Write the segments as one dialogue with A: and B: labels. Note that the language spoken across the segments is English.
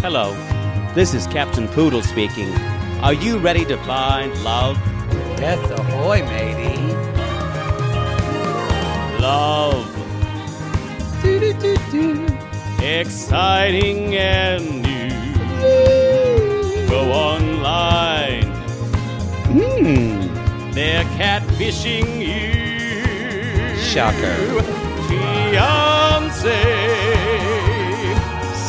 A: Hello, this is Captain Poodle speaking. Are you ready to find love?
B: Death ahoy, matey.
A: Love. Exciting and new. Go online. They're catfishing you.
B: Shocker.
A: Fiance.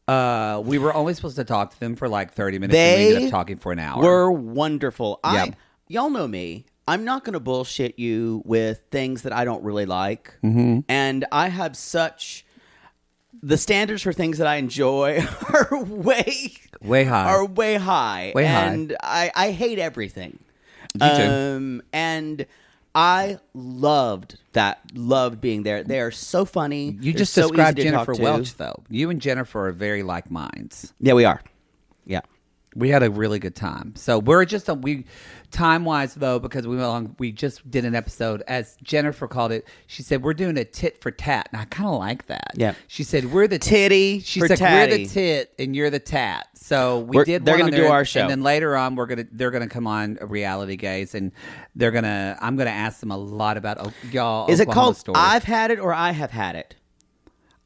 B: uh, we were only supposed to talk to them for like thirty minutes. and we ended
C: They
B: up talking for an hour.
C: We're wonderful. I
B: Yep.
C: y'all know me. I'm not going to bullshit you with things that I don't really like,
B: Mm-hmm.
C: and I have such the standards for things that I enjoy are way
B: Way high.
C: are way high,
B: Way high.
C: and I I hate everything.
B: too.
C: Um, and I loved that. Loved being there. They are so funny.
B: you
C: They're
B: just
C: so easy
B: described
C: to talk
B: Jennifer
C: to.
B: Welch, though. You and Jennifer are very like minds.
C: Yeah, we are. Yeah.
B: We had a really good time. So we're just a, we time wise though because we went along. We just did an episode as Jennifer called it. She said we're doing a tit for tat, and I kind of like that.
C: Yeah.
B: She said we're the
C: Titty
B: She's
C: for
B: like we're
C: tatty."
B: the tit and you're the tat. So we
C: We're-
B: did.
C: they're
B: one on
C: gonna do
B: there,
C: our
B: and-
C: show.
B: and then later on we're gonna they're gonna come on Reality Gaze, and they're gonna I'm gonna ask them a lot about oh, y'all.
C: Is it
B: Oklahoma
C: called
B: Story.
C: I've had it or I have had it?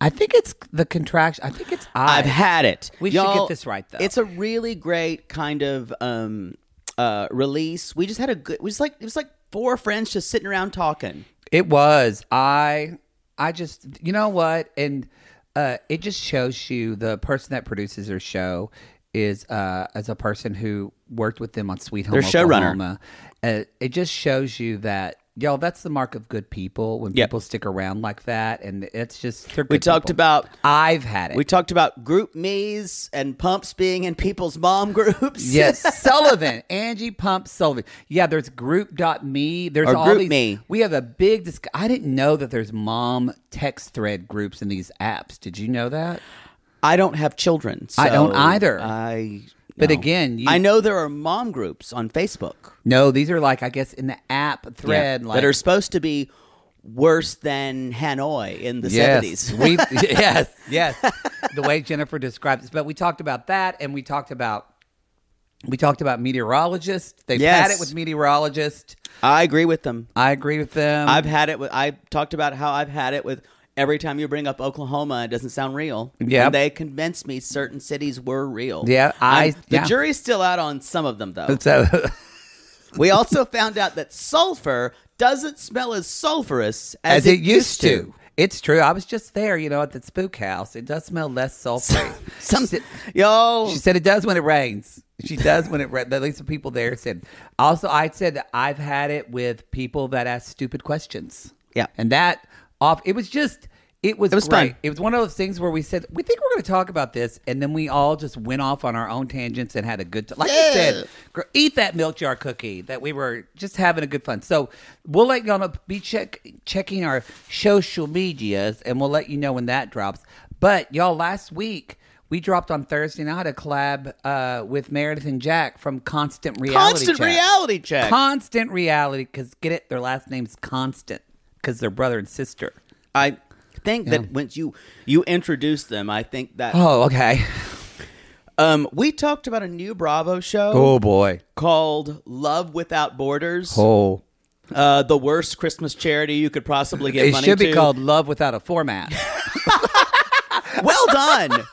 B: I think it's the contraction. I think it's I.
C: I've had it.
B: We should
C: Y'all,
B: get this right, though.
C: It's a really great kind of um, uh, release. We just had a good. It was like it was like four friends just sitting around talking.
B: It was. I I just you know what? And uh it just shows you the person that produces their show is uh as a person who worked with them on Sweet Home
C: They're showrunner.
B: Oklahoma. Uh, it just shows you that y'all that's the mark of good people when
C: Yep.
B: people stick around like that and it's just they're
C: We
B: good
C: talked
B: people.
C: about
B: I've had it.
C: we talked about group me's and pumps being in people's mom groups.
B: Yes, Sullivan, Angie Pump Sullivan. Yeah, there's group.me. There's
C: Or
B: all
C: group
B: these.
C: me.
B: We have a big. Dis- I didn't know that there's mom text thread groups in these apps. Did you know that?
C: I don't have children.
B: I don't
C: so
B: either.
C: I.
B: But
C: no.
B: again, you-
C: I know there are mom groups on Facebook
B: No, these are like I guess in the app thread. like
C: that are supposed to be worse than Hanoi in the
B: yes,
C: seventies.
B: we yes yes the way Jennifer described this. But we talked about that, and we talked about we talked about meteorologists. They've had
C: Yes.
B: it with meteorologists.
C: I agree with them.
B: I agree with them.
C: I've had it with. I talked about how I've had it with. Every time you bring up Oklahoma, it doesn't sound real.
B: Yep.
C: And they convinced me certain cities were real.
B: Yeah, I-
C: I'm- the
B: yeah.
C: jury's still out on some of them though.
B: so
C: we also found out that sulfur doesn't smell as sulfurous as,
B: as, it, used to. It's true. I was just there, you know, at the spook house. It does smell less sulfur.
C: Some
B: she, said,
C: yo,
B: she said it does when it rains. She does when it rains. At least the people there said. Also, I said that I've had it with people that ask stupid questions.
C: Yeah.
B: and that off. It was just. It was. It
C: was
B: great.
C: fun.
B: It was one of those things where we said we think we're going to talk about this, and then we all just went off on our own tangents and had a good time. Like I said, gr- eat that milk jar cookie that we were just having a good fun. So we'll let y'all know. Be check checking our social medias, and we'll let you know when that drops. But y'all, last week we dropped on Thursday night a collab uh, with Meredith and Jack from Constant Reality.
C: constant
B: Check.
C: reality check.
B: Constant reality, because get it, their last name's Constant, because they're brother and sister.
C: I think that once you you introduce them, I think that
B: Oh, okay.
C: um we talked about a new Bravo show
B: Oh, boy.
C: called Love Without Borders.
B: Oh.
C: Uh, the worst Christmas charity you could possibly give
B: It
C: money
B: should be
C: to.
B: called Love Without a Format.
C: Well done.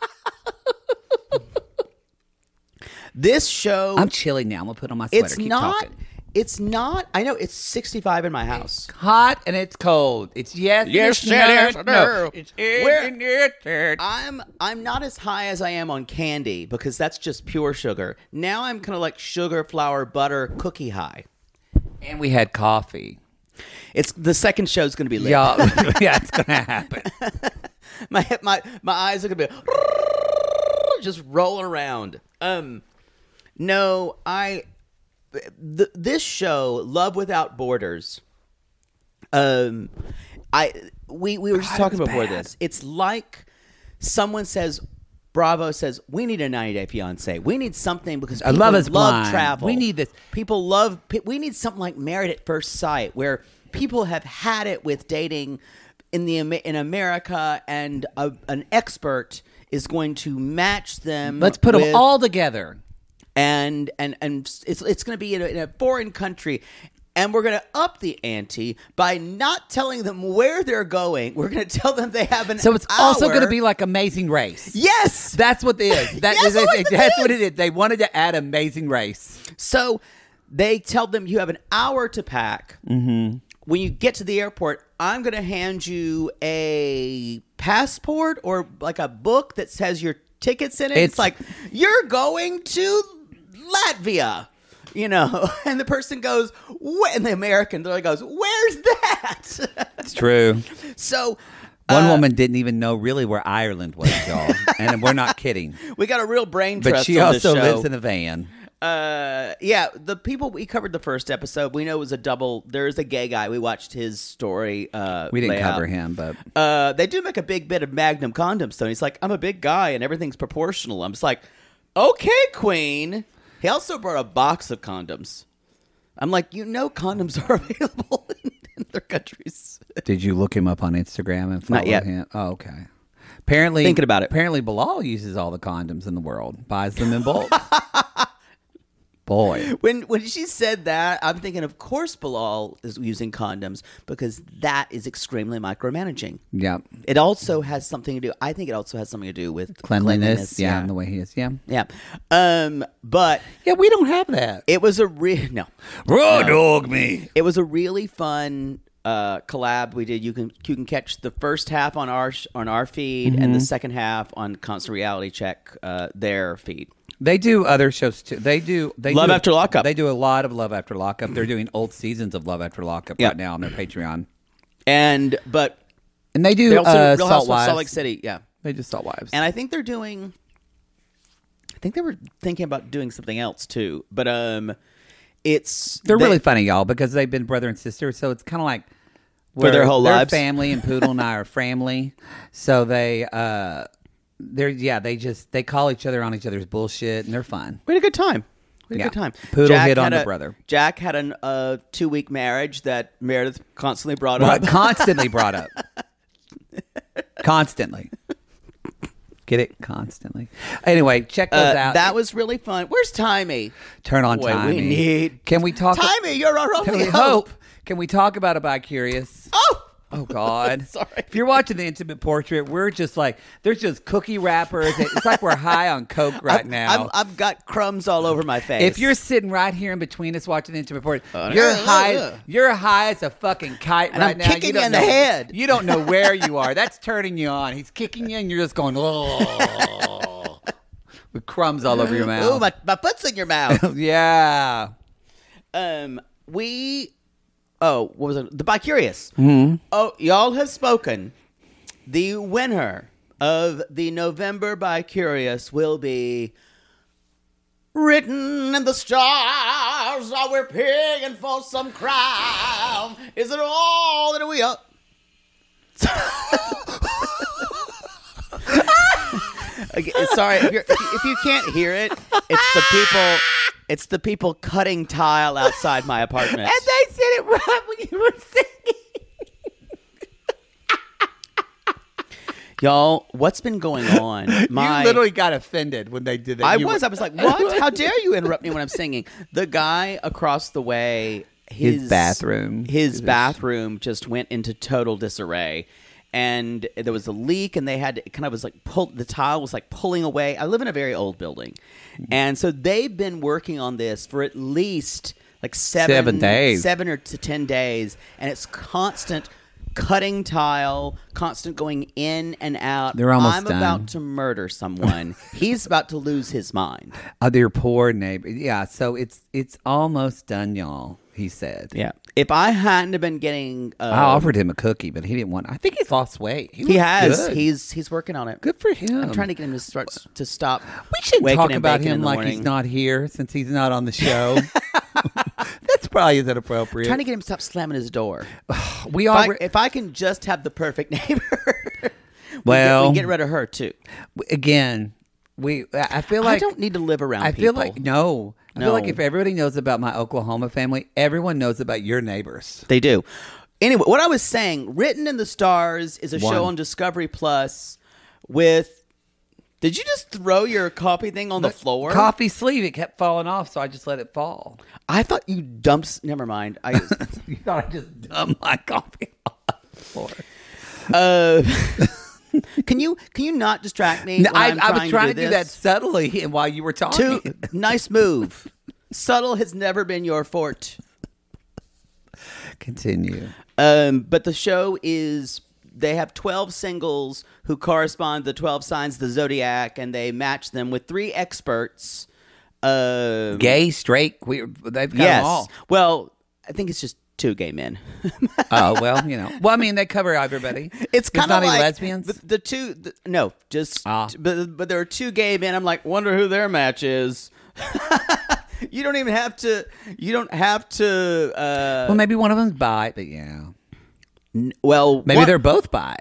C: this show,
B: I'm chilling now. I'm gonna put on my sweater.
C: it's
B: Keep
C: not.
B: talking.
C: It's not. I know it's 65 in my house.
B: hot and it's cold. It's yes. and
C: Yes,
B: it's
C: it is.
B: no, no. It's in
C: Where-
B: and it's in.
C: I'm I'm not as high as I am on candy because that's just pure sugar. Now I'm kind of like sugar, flour, butter, cookie high.
B: And we had coffee.
C: It's the second show's going to be lit.
B: Y'all, yeah, it's gonna happen.
C: my my my eyes are gonna be just roll around. Um, no, I th- this show, Love Without Borders. Um, I we we were just talking before this. It's like someone says. Bravo says we need a 90 Day Fiance. We need something because people
B: love is blind.
C: travel.
B: We need this.
C: People love. pe- We need something like Married at First Sight, where people have had it with dating in the Am- in America, and a, an expert is going to match them.
B: Let's put them
C: with-
B: all together.
C: and and and it's it's going to be in a, in a foreign country and we're going to up the ante by not telling them where they're going we're going to tell them they have an
B: So it's also
C: hour-
B: going to be like Amazing Race.
C: yes
B: That's what it is. That
C: Yes,
B: is-
C: I like the
B: that's
C: name.
B: what it is. They wanted to add Amazing Race.
C: so they tell them you have an hour to pack mm-hmm. when you get to the airport i'm going to hand you a passport or like a book that says your tickets in it it's,
B: It's-
C: like you're going to latvia you know, and the person goes, "Wh-" and the American literally goes, where's that?
B: It's true.
C: So
B: One
C: uh,
B: woman didn't even know really where Ireland was, y'all, and we're not kidding.
C: we got a real brain trust.
B: But she
C: on this
B: also
C: show.
B: lives in a van.
C: Uh, yeah, the people we covered the first episode. We know it was a double. There is a gay guy. We watched his story. Uh,
B: We didn't
C: lay out.
B: cover him, but
C: Uh, they do make a big bit of Magnum condoms. Though he's like, I'm a big guy, and everything's proportional. I'm just like, okay, Queen. He also brought a box of condoms. I'm like, you know, condoms are available in, in other countries.
B: did you look him up on Instagram and follow
C: yet.
B: him? Oh, okay. Apparently,
C: Thinking about it.
B: Apparently, Bilal uses all the condoms in the world, buys them in bulk. Boy,
C: When when she said that, I'm thinking, of course, Bilal is using condoms because that is extremely micromanaging.
B: yeah,
C: It also has something to do. I think it also has something to do with
B: cleanliness, yeah,
C: Yeah,
B: and the way he is, yeah,
C: yeah. Um, but
B: yeah. We don't have that.
C: it was a re- no.
B: Raw dog me.
C: It was a really fun uh, collab we did. You can you can catch the first half on our sh- on our feed
B: Mm-hmm.
C: and the second half on Constant Reality Check uh, their feed.
B: They do other shows too. They do they
C: Love
B: do,
C: After Lockup.
B: They do a lot of Love After Lockup. They're doing old seasons of Love After Lockup
C: Yeah.
B: right now on their Patreon,
C: And but
B: and they do
C: they also
B: uh,
C: Real
B: Salt
C: Housewives of
B: Wives.
C: Salt Lake City. Yeah,
B: They do Salt Wives.
C: and I think they're doing. I think they were thinking about doing something else too, but um, it's
B: They're
C: they-
B: really funny, y'all, because they've been brother and sister. So it's kind of like we're
C: their whole
B: they're
C: lives.
B: family, and Poodle and I are family. So they, uh, they're yeah, they just they call each other on each other's bullshit, and they're fun.
C: We had a good time. We had
B: Yeah.
C: a good time.
B: Poodle hit
C: had
B: on the
C: a-
B: brother.
C: Jack had a uh, two week marriage that Meredith constantly brought
B: But
C: up.
B: constantly brought up, constantly. Get it constantly. Anyway, check those
C: Uh,
B: out.
C: that was really fun. Where's Timey?
B: turn on
C: Boy, we
B: time.
C: need-
B: Can we talk?
C: Timey, you're our
B: Can
C: only
B: we
C: hope.
B: hope? Can we talk about a bi curious?
C: Oh,
B: Oh God!
C: Sorry.
B: If you're watching the intimate portrait, we're just like there's just cookie wrappers. It's like we're high on coke right now.
C: I'm, I've got crumbs all over my face.
B: if you're sitting right here in between us watching the intimate portrait,
C: no,
B: you're
C: no,
B: high.
C: no.
B: You're high as a fucking kite
C: And
B: right
C: I'm
B: now.
C: kicking you
B: don't
C: in the
B: know-
C: head.
B: You don't know where you are. That's turning you on. He's kicking you, and you're just going oh, with crumbs all over your mouth.
C: oh my, my foot's in your mouth.
B: yeah.
C: um, we oh what was it? The Bi Curious. Oh, y'all have spoken. The winner of the November Bi Curious will be written in the stars. Are we paying for some crime? Is it all that we are? Okay, Sorry, if, you're, if you- if you can't hear it, it's the people. It's the people cutting tile outside my apartment.
B: they said it right when you were singing.
C: Y'all, what's been going on? My,
B: you literally got offended when they did that.
C: I
B: You
C: was.
B: were-
C: I was like, what? How dare you interrupt me when I'm singing? The guy across the way, his,
B: bathroom.
C: his bathroom just went into total disarray. And there was a leak, and they had to it kind of was like pull the tile was like pulling away. I live in a very old building, and so they've been working on this for at least like seven,
B: Seven days.
C: seven or to ten days, and it's constant cutting tile, constant going in and out.
B: They're almost
C: I'm
B: done.
C: about to murder someone. He's about to lose his mind.
B: Other poor neighbor. Yeah, so it's it's almost done, y'all. He said.
C: Yeah. If I hadn't have been getting, uh,
B: I offered him a cookie, but he didn't want. I think he's lost weight.
C: he
B: looks
C: has.
B: Good.
C: He's he's working on it.
B: good for him.
C: I'm trying to get him to start to stop.
B: We should
C: waking
B: talk
C: and
B: about
C: baking in
B: him
C: the
B: like he's
C: morning.
B: not here since he's not on the show. That's probably isn't appropriate.
C: Trying to get him to stop slamming his door.
B: we
C: if,
B: are.
C: I, if I can just have the perfect neighbor,
B: Well-
C: we get, we get rid of her too.
B: we- again, we. I feel like
C: I don't need to live around.
B: I feel
C: people.
B: like no. I feel like
C: No.
B: if everybody knows about my Oklahoma family, everyone knows about your neighbors.
C: They do. Anyway, what I was saying, Written in the Stars is a
B: One.
C: show on Discovery Plus with Did you just throw your coffee thing on the floor?
B: Coffee sleeve, it kept falling off, so I just let it fall.
C: I thought you dumped. s- Never mind. I
B: You thought I just dumped my coffee on the floor.
C: uh, can you can you not distract me?
B: No,
C: when
B: I,
C: I'm
B: I was trying to do, that
C: this?
B: subtly, and while you were talking,
C: Two, nice move. Subtle has never been your forte.
B: continue.
C: Um, but the show is they have 12 singles who correspond to 12 signs of the zodiac and they match them with three experts. Um,
B: Gay, straight, queer, they've got 'em
C: yes.
B: all.
C: Well, I think it's just two gay men.
B: Oh well, you know. Well, I mean, they cover everybody.
C: It's
B: There's
C: kind
B: not
C: of like
B: any lesbians.
C: The, the two the- no, just
B: Ah.
C: but but there are two gay men. I'm like, wonder who their match is. you don't even have to you don't have to uh
B: well, maybe one of them's bi, but yeah,
C: n- well
B: maybe
C: one-
B: they're both bi.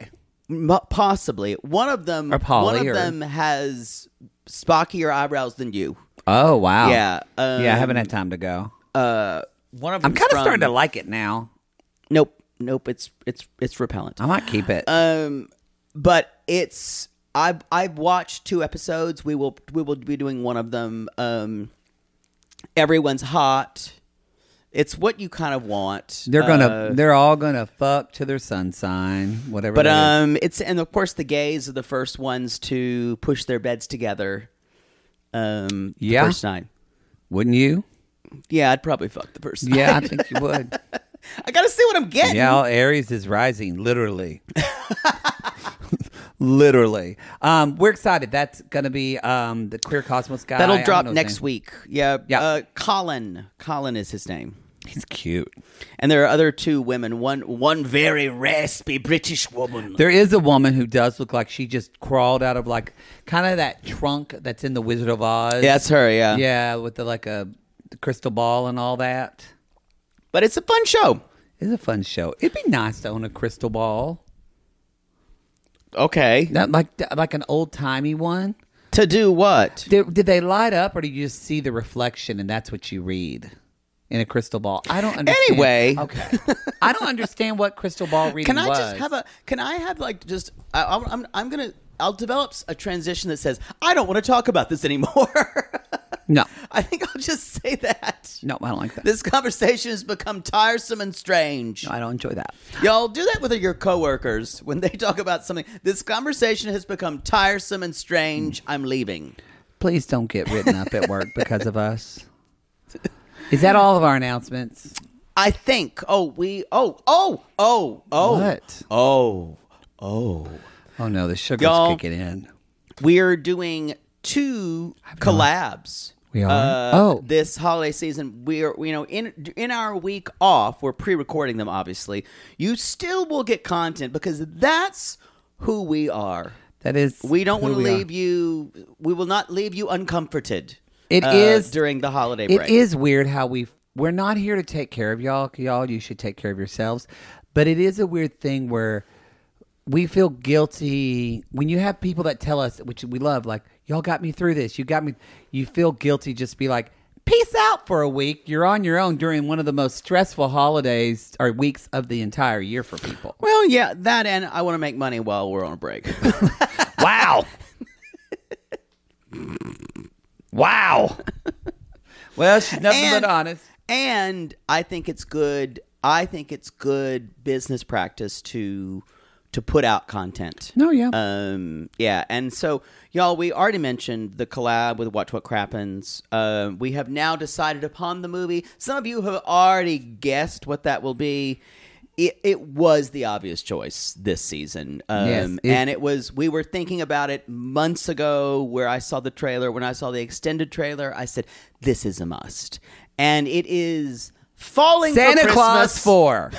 C: M- possibly one of them.
B: Or Polly
C: one of
B: or-
C: them has spockier eyebrows than you.
B: Oh wow.
C: Yeah, um, uh,
B: yeah, I haven't had time to go.
C: One of
B: I'm
C: them's
B: kind of
C: from-
B: starting to like it now.
C: Nope, nope. It's it's it's repellent.
B: I might keep it.
C: Um, but it's I've I've watched two episodes. We will we will be doing one of them. Um, everyone's hot. It's what you kind of want.
B: they're gonna.
C: Uh,
B: they're all gonna fuck to their sun sign, whatever.
C: But
B: that is.
C: um, it's and of course the gays are the first ones to push their beds together. Um, the
B: Yeah.
C: first night.
B: wouldn't you?
C: Yeah, I'd probably fuck the person.
B: Yeah, I think you would.
C: I gotta see what I'm getting.
B: Yeah, all Aries is rising, literally. literally. Um, we're excited. That's going to be um, the Queer Cosmos guy. I
C: That'll
B: don't
C: drop
B: know his
C: next
B: name.
C: week. Yeah.
B: Yeah.
C: Uh, Colin. Colin is his name.
B: He's cute.
C: And there are other two women. One one very raspy British woman.
B: There is a woman who does look like she just crawled out of like kind of that trunk that's in the Wizard of Oz.
C: Yeah, that's her, yeah.
B: Yeah, with the like a crystal ball and all that.
C: But it's a fun show.
B: It's a fun show. It'd be nice to own a crystal ball,
C: Okay.
B: not like like an old timey one.
C: To do what?
B: Did, did they light up, or do you just see the reflection and that's what you read in a crystal ball? I don't understand.
C: Anyway.
B: okay, I don't understand what crystal ball reading
C: Can I
B: was.
C: just have a? Can I have like just? I, I'm, I'm I'm gonna. I'll develop a transition that says I don't want to talk about this anymore.
B: no,
C: I think I'll just say that.
B: no, I don't like that.
C: This conversation has become tiresome and strange.
B: I don't enjoy that.
C: Y'all do that with your coworkers when they talk about something. This conversation has become tiresome and
B: Mm.
C: strange. I'm leaving.
B: Please don't get written up at work because of us. Is that all of our announcements?
C: I think. Oh, we. Oh, oh, oh, oh.
B: What?
C: Oh, oh.
B: Oh no, the sugar's
C: Y'all-
B: kicking in.
C: We're doing two collabs.
B: We are?
C: Uh,
B: Oh.
C: this holiday season. We are. You know, in in our week off, we're pre-recording them. Obviously, you still will get content because that's who we are.
B: That is,
C: We don't
B: who
C: want to
B: are.
C: leave you. We will not leave you uncomforted. It
B: It
C: is
B: is-
C: during the holiday
B: It
C: break.
B: is weird how we we're not here to take care of y'all. 'cause Y'all, you should take care of yourselves. But it is a weird thing where we feel guilty when you have people that tell us, which we love, like y'all got me through this. You got me. You feel guilty. Just be like, peace out for a week. You're on your own during one of the most stressful holidays or weeks of the entire year for people.
C: Well, yeah, that and I want to make money while we're on a break.
B: wow. wow. Well, she's nothing
C: And-
B: but honest.
C: and I think it's good. I think it's good business practice to to put out content.
B: No, yeah.
C: Um, yeah, and so y'all, we already mentioned the collab with Watch What Crappens. Um, we have now decided upon the movie. Some of you have already guessed what that will be. It, it was the obvious choice this season, um,
B: Yes, it-
C: and it was. We were thinking about it months ago. Where I saw the trailer, when I saw the extended trailer, I said, "This is a must," and it is falling. for
B: Santa Claus
C: Christmas.
B: for.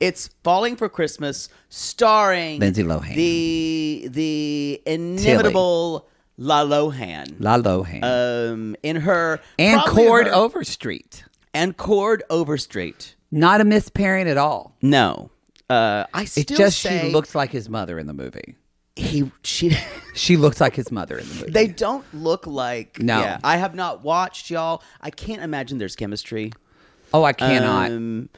C: It's Falling for Christmas, starring
B: Lindsay Lohan.
C: the the inimitable La Lohan,
B: La Lohan.
C: um, in her
B: and
C: probably
B: Cord
C: her-
B: Overstreet.
C: and Cord Overstreet.
B: Not a mispairing at all.
C: No, uh, I still
B: It's just
C: say
B: she looks like his mother in the movie.
C: he she.
B: She looks like his mother in the movie.
C: They don't look like.
B: No.
C: yeah, I have not watched y'all. I can't imagine there's chemistry.
B: Oh, I cannot.
C: Um,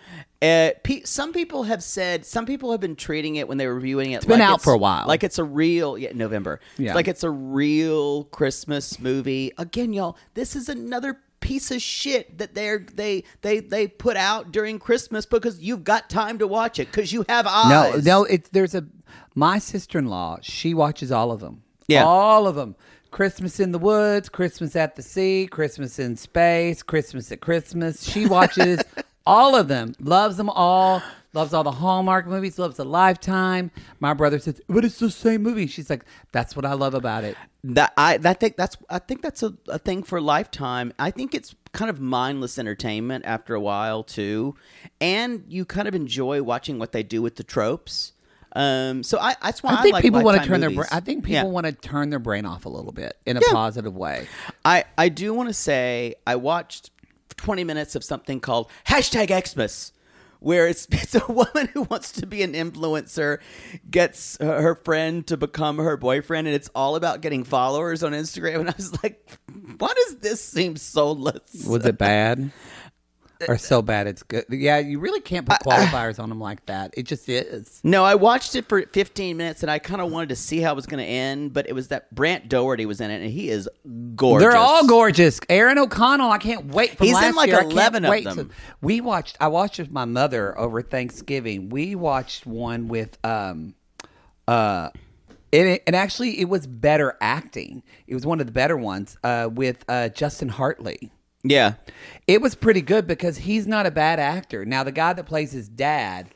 C: uh, pe- some people have said some people have been treating it when they were reviewing it. It's
B: been out for a while.
C: like it's a real yeah November.
B: Yeah.
C: like it's a real Christmas movie. Again, y'all, this is another piece of shit that they they they they put out during Christmas because you've got time to watch it because you have
B: No,
C: eyes.
B: no, it's there's a my sister-in-law, she watches all of them.
C: Yeah.
B: All of them. Christmas in the woods, Christmas at the sea, Christmas in space, Christmas at Christmas. She watches all of them. Loves them all. Loves all the Hallmark movies, loves the Lifetime. My brother says, "But it's the same movie." She's like, "That's what I love about it."
C: That I that think that's I think that's a, a thing for lifetime. I think it's kind of mindless entertainment after a while too, and you kind of enjoy watching what they do with the tropes. Um, so I that's why I,
B: I think
C: like
B: people want to
C: Lifetime
B: turn their.
C: movies.
B: Bra- I think people
C: Yeah.
B: want to turn their brain off a little bit in a positive way.
C: I I do want to say I watched 20 minutes of something called hashtag Xmas, where it's it's a woman who wants to be an influencer, gets her, her friend to become her boyfriend, and it's all about getting followers on Instagram. And I was like, why does this seem soulless?
B: Was it bad? Or so bad it's good. Yeah, you really can't
C: Uh,
B: put qualifiers on them like that. It just is.
C: No, I watched it for 15 minutes, and I kind of wanted to see how it was going to end, but it was that Brant Doherty was in it, and he is gorgeous.
B: They're all gorgeous. Aaron O'Connell, I can't wait. From
C: He's in
B: last
C: like
B: year, I can't
C: 11 of
B: wait
C: them.
B: to- we watched. I watched with my mother over Thanksgiving. We watched one with um, uh, and, it, and actually it was better acting. It was one of the better ones uh, with uh, Justin Hartley.
C: Yeah,
B: It was pretty good because he's not a bad actor. Now the guy that plays his dad,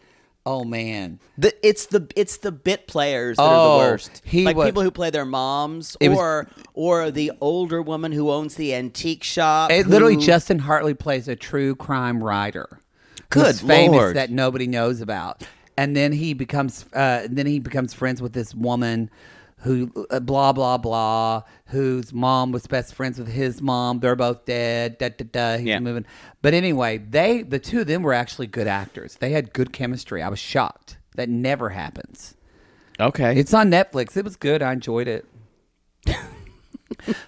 B: oh man,
C: the, it's the it's the bit players that are
B: Oh,
C: the worst.
B: he
C: like
B: was-
C: people who play their moms,
B: It was-
C: or or the older woman who owns the antique shop.
B: It literally
C: who-
B: Justin Hartley plays a true crime writer.
C: Good
B: who's famous
C: Lord.
B: that nobody knows about. And then he becomes uh, then he becomes friends with this woman who uh, blah blah blah whose mom was best friends with his mom. They're both dead. Da, da, da. He's
C: Yeah.
B: moving. But anyway, they the two of them were actually good actors. They had good chemistry. I was shocked. That never happens.
C: okay.
B: It's on Netflix. It was good. I enjoyed it.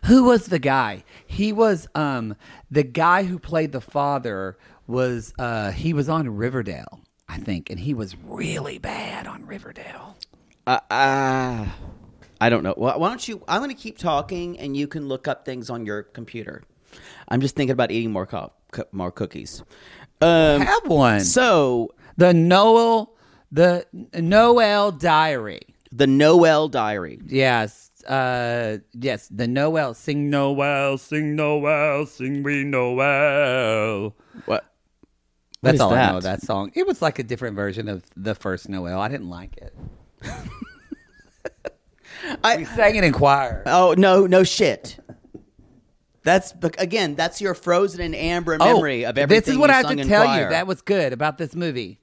B: who was the guy? He was um the guy who played the father was uh he was on Riverdale, I think, and he was really bad on Riverdale.
C: uh, uh, I don't know. Well, why don't you? I'm going to keep talking, and you can look up things on your computer. I'm just thinking about eating more co- co- more cookies. Um,
B: Have one.
C: so
B: the Noel the Noel Diary.
C: the Noel Diary.
B: Yes. Uh yes, the Noel sing Noel, sing Noel, sing we Noel.
C: What?
B: That's
C: is
B: all I
C: that?
B: know of that song. It was like a different version of the first Noel. I didn't like it. we
C: I,
B: sang it in choir.
C: oh no, no shit. That's bec- again. That's your frozen and amber memory of everything.
B: Oh, This is what
C: you
B: I have
C: sung
B: to
C: in
B: tell
C: choir.
B: you. That was good about this movie.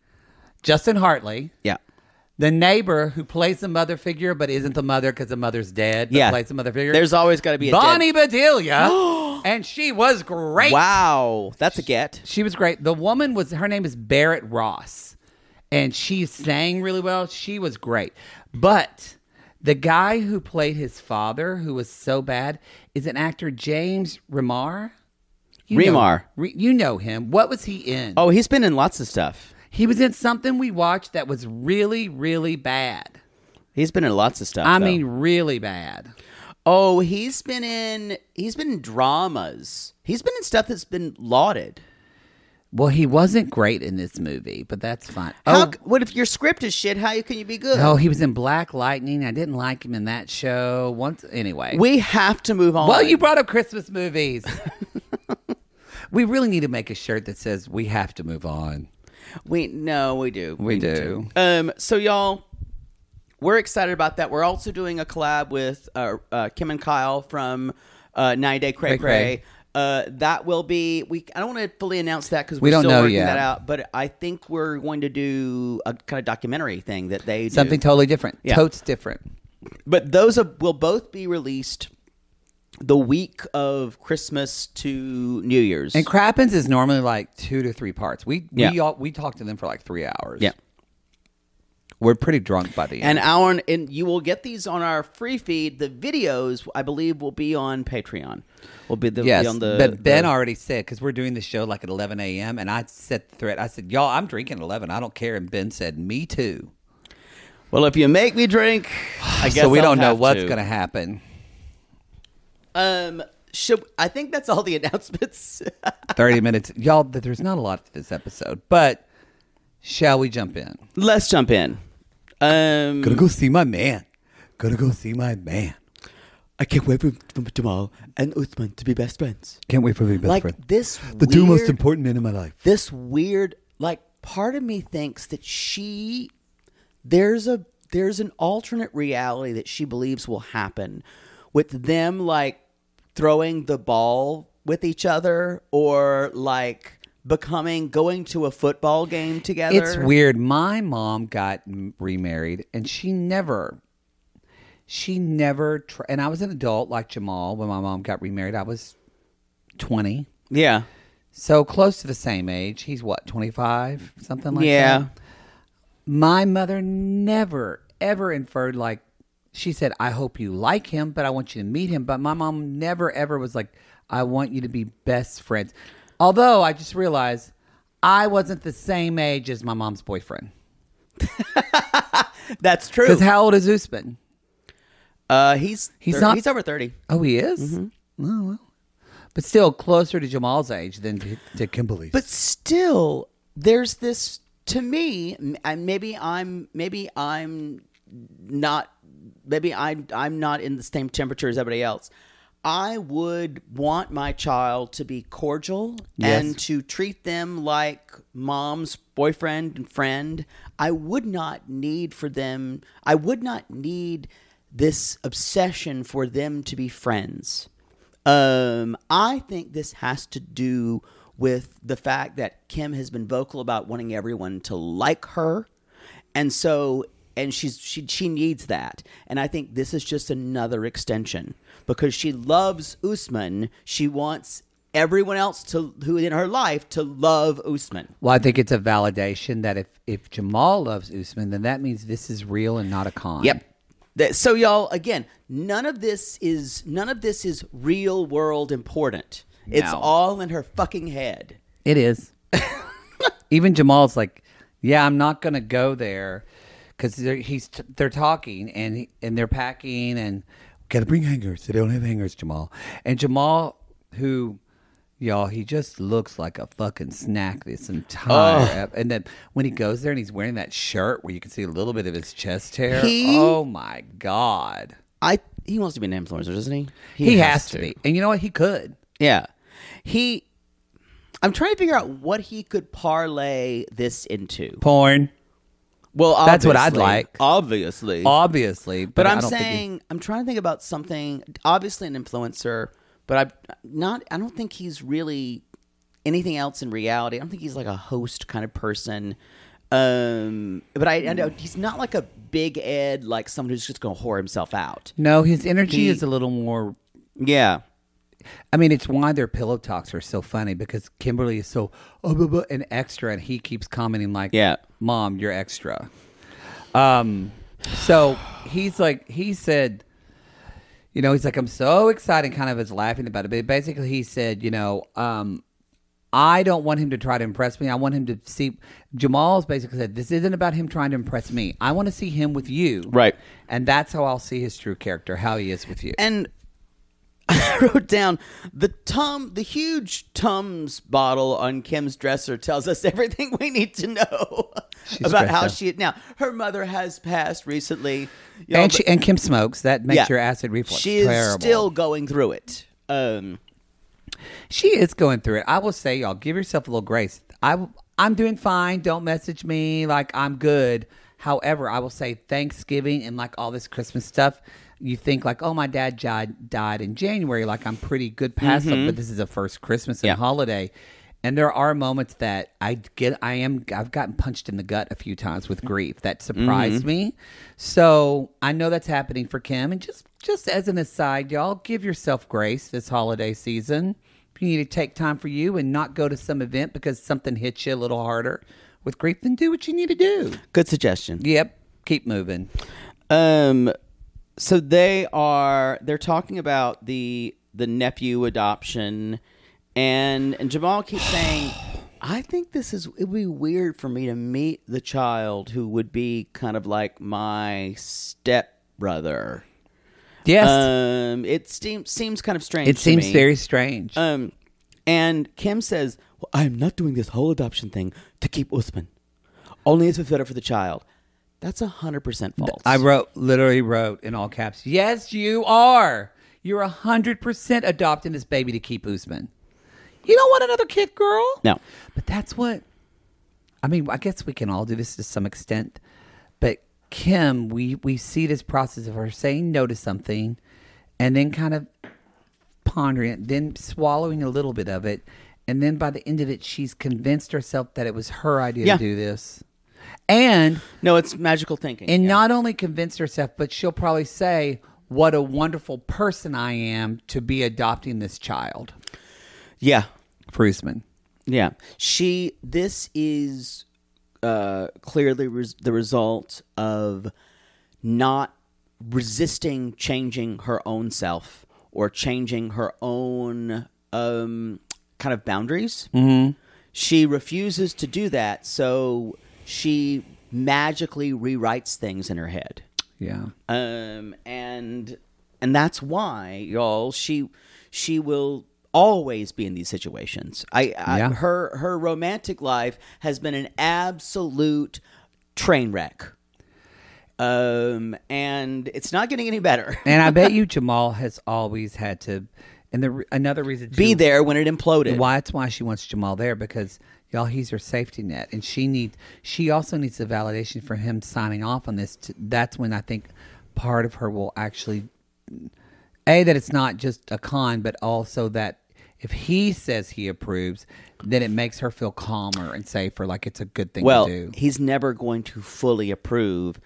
B: Justin Hartley,
C: yeah.
B: the neighbor who plays the mother figure but isn't the mother because the mother's dead. But
C: Yeah.
B: plays the mother figure.
C: There's always got to be a dead-
B: Bonnie Bedelia, and she was great.
C: Wow, that's a get.
B: She was great. The woman was her name is Barrett Ross, and she sang really well. She was great. But the guy who played his father, who was so bad, is an actor James Remar. You
C: Remar.
B: know, Re- you know him. What was he in?
C: Oh, he's been in lots of stuff.
B: he was in something we watched that was really, really bad.
C: He's been in lots of stuff.
B: I
C: though.
B: mean, really bad.
C: oh, he's been in he's been in dramas. He's been in stuff that's been lauded.
B: Well, he wasn't great in this movie, but that's fine.
C: How,
B: oh,
C: c- what if your script is shit? How can you be good?
B: oh, he was in Black Lightning. I didn't like him in that show. Once anyway,
C: we have to move on.
B: Well, you brought up Christmas movies. we really need to make a shirt that says "We have to move on."
C: we no, we do,
B: We
C: need
B: do.
C: to. Um, so y'all, we're excited about that. We're also doing a collab with uh, uh, Kim and Kyle from uh, Nine Day Cray
B: Cray Cray.
C: Cray. Uh, that will be we. I don't want to fully announce that because
B: We
C: we're
B: don't
C: still
B: know
C: working
B: yet.
C: that out. But I think we're going to do a kind of documentary thing that they do.
B: Something totally different.
C: Yeah.
B: Totes different.
C: but those are, will both be released the week of Christmas to New Year's.
B: And Crappens is normally like two to three parts. We
C: Yeah.
B: we all, we talk to them for like three hours.
C: yeah,
B: We're pretty drunk by the
C: And
B: end.
C: our and you will get these on our free feed. The videos, I believe, will be on Patreon. Will be the
B: yes,
C: be on the
B: but Ben
C: the-
B: already said because we're doing the show like at 11 a.m. and I set the threat. I said, "Y'all, I'm drinking at 11. I don't care." And Ben said, "Me too."
C: well, if you make me drink, I guess
B: so we
C: I'll
B: don't know
C: have
B: what's
C: to.
B: going to happen.
C: Um, should I think that's all the announcements?
B: 30 minutes, y'all. th- There's not a lot to this episode, but shall we jump in?
C: Let's jump in. Um,
B: Gonna go see my man. Gonna go see my man.
C: I can't wait for, for Jamal and Uthman to be best friends.
B: Can't wait for being best
C: like
B: friend.
C: this,
B: the two most
C: weird-
B: important men in my life.
C: This weird, like, part of me thinks that she there's a there's an alternate reality that she believes will happen with them like throwing the ball with each other or like becoming going to a football game together.
B: It's weird. My mom got m- remarried, and she never, she never. Tr- and I was an adult like Jamal when my mom got remarried. I was twenty,
C: Yeah.
B: so close to the same age. He's what twenty five, something like
C: yeah.
B: that. My mother never ever inferred like. She said, "I hope you like him, but I want you to meet him." But my mom never ever was like, "I want you to be best friends." Although I just realized I wasn't the same age as my mom's boyfriend.
C: That's true.
B: Because how old is Usman?
C: uh he's
B: He's
C: thir-
B: not-
C: he's over 30.
B: Oh, he is.
C: Mm-hmm.
B: Oh, well. But still closer to Jamal's age than to, to Kimberly's.
C: But still, there's this to me. m- And maybe I'm maybe I'm not maybe I'm I'm not in the same temperature as everybody else. I would want my child to be cordial
B: Yes.
C: and to treat them like mom's boyfriend and friend. I would not need for them. I would not need this obsession for them to be friends. Um, I think this has to do with the fact that Kim has been vocal about wanting everyone to like her, and so and she's she she needs that, and I think this is just another extension because she loves Usman. She wants everyone else to who in her life to love Usman.
B: well, I think it's a validation that if, if Jamal loves Usman, then that means this is real and not a con.
C: Yep. That, so y'all again, none of this is none of this is real world important. It's
B: No.
C: all in her fucking head.
B: It is. Even Jamal's like, yeah, I'm not gonna go there because they're, he's t- they're talking and he, and they're packing and gotta bring hangers. They don't have hangers, Jamal. And Jamal, who y'all, he just looks like a fucking snack this entire. ep- And then when he goes there and he's wearing that shirt where you can see a little bit of his chest hair.
C: He-
B: oh my god,
C: I he wants to be an influencer, doesn't he?
B: he, has, to be. And you know what? He could.
C: Yeah. He I'm trying to figure out what he could parlay this into.
B: Porn,
C: Well,
B: That's what I'd
C: obviously-
B: like.
C: Obviously.
B: obviously, but,
C: but
B: I
C: I'm
B: don't think he-
C: saying I'm trying to think about something obviously an influencer, but I'm not I don't think he's really anything else in reality. I don't think he's like a host kind of person. Um, but I, I know he's not like a big Ed, like someone who's just going to whore himself out.
B: no, his energy
C: He-
B: is a little more
C: Yeah.
B: I mean, it's why their pillow talks are so funny because Kimberly is so oh, blah, blah, and extra, and he keeps commenting like,
C: Yeah.
B: mom, you're extra." Um, so he's like, he said, you know, he's like, "I'm so excited," kind of is laughing about it, but basically, he said, you know, um, I don't want him to try to impress me. I want him to see. Jamal's basically said, "This isn't about him trying to impress me. I want to see him with you,
C: Right.
B: And that's how I'll see his true character, how he is with you."
C: and I wrote down the tum the huge Tums bottle on Kim's dresser tells us everything we need to know about
B: stressed
C: how
B: out.
C: she now her mother has passed recently. Y'all,
B: and, she, and Kim smokes. That makes
C: yeah.
B: your acid reflux
C: She is
B: terrible.
C: still going through it. Um,
B: she is going through it. I will say, y'all, give yourself a little grace. I I'm doing fine. Don't message me. Like I'm good. However, I will say Thanksgiving and like all this Christmas stuff. You think like, oh, my dad died died in January. Like I'm pretty good past it, but this is the first Christmas and
C: Yeah.
B: holiday. And there are moments that I get, I am, I've gotten punched in the gut a few times with grief that surprised me. So I know that's happening for Kim. And just, just as an aside, y'all give yourself grace this holiday season. If you need to take time for you and not go to some event because something hits you a little harder with grief, then do what you need to do.
C: good suggestion.
B: Yep. Keep moving.
C: Um, so they are they're talking about the the nephew adoption, and and Jamal keeps saying, I think this is it would be weird for me to meet the child who would be kind of like my step brother.
B: Yes.
C: Um, it seems seems kind of strange.
B: it
C: to
B: seems
C: me.
B: very strange.
C: Um, and Kim says, well, "I'm not doing this whole adoption thing to keep Uthman. Only if it's better for the child." That's hundred percent false.
B: I wrote, literally wrote in all caps, yes, you are. You're 100% adopting this baby to keep Usman. You don't want another kid, girl.
C: No.
B: But that's what, I mean, I guess we can all do this to some extent. But Kim, we, we see this process of her saying no to something and then kind of pondering it, then swallowing a little bit of it. And then by the end of it, she's convinced herself that it was her idea
C: Yeah.
B: to do this. And
C: No, it's magical thinking.
B: and
C: yeah.
B: not only convince herself, but she'll probably say, "What a wonderful person I am to be adopting this child."
C: yeah,
B: Fruisman.
C: yeah. She. This is uh, clearly res- the result of not resisting changing her own self or changing her own um, kind of boundaries. Mm-hmm. She refuses to do that, so she magically rewrites things in her head.
B: Yeah.
C: um, and and that's why y'all she she will always be in these situations. I, I
B: Yeah.
C: her her romantic life has been an absolute train wreck, um, and it's not getting any better.
B: And I bet you Jamal has always had to, and the re- another reason
C: be
B: too-
C: there when it imploded.
B: Why that's why she wants Jamal there because y'all he's her safety net, and she needs she also needs the validation for him signing off on this. To, that's when I think part of her will actually a that it's not just a con, but also that if he says he approves, then it makes her feel calmer and safer, like it's a good thing
C: Well,
B: to do.
C: he's never going to fully approve.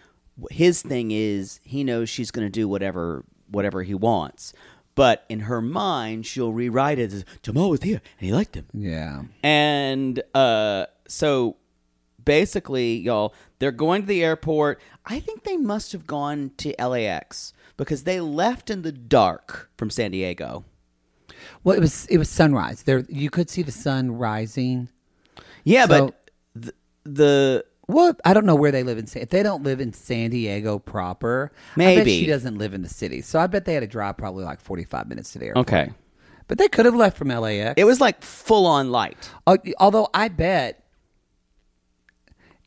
C: His thing is he knows she's going to do whatever whatever he wants, but in her mind she'll rewrite it as Jamal was here and he liked him,
B: yeah,
C: and uh, so basically, y'all, they're going to the airport. I think they must have gone to LAX because they left in the dark from San Diego.
B: well, it was it was sunrise. There you could see the sun rising.
C: Yeah,
B: So-
C: but th- the
B: Well, I don't know where they live in. San- If they don't live in San Diego proper, I bet
C: Maybe.
B: she doesn't live in the city. So I bet they had to drive probably like forty-five minutes to the airport.
C: okay,
B: but they could have left from LAX.
C: it was like full on light.
B: Al- Although I bet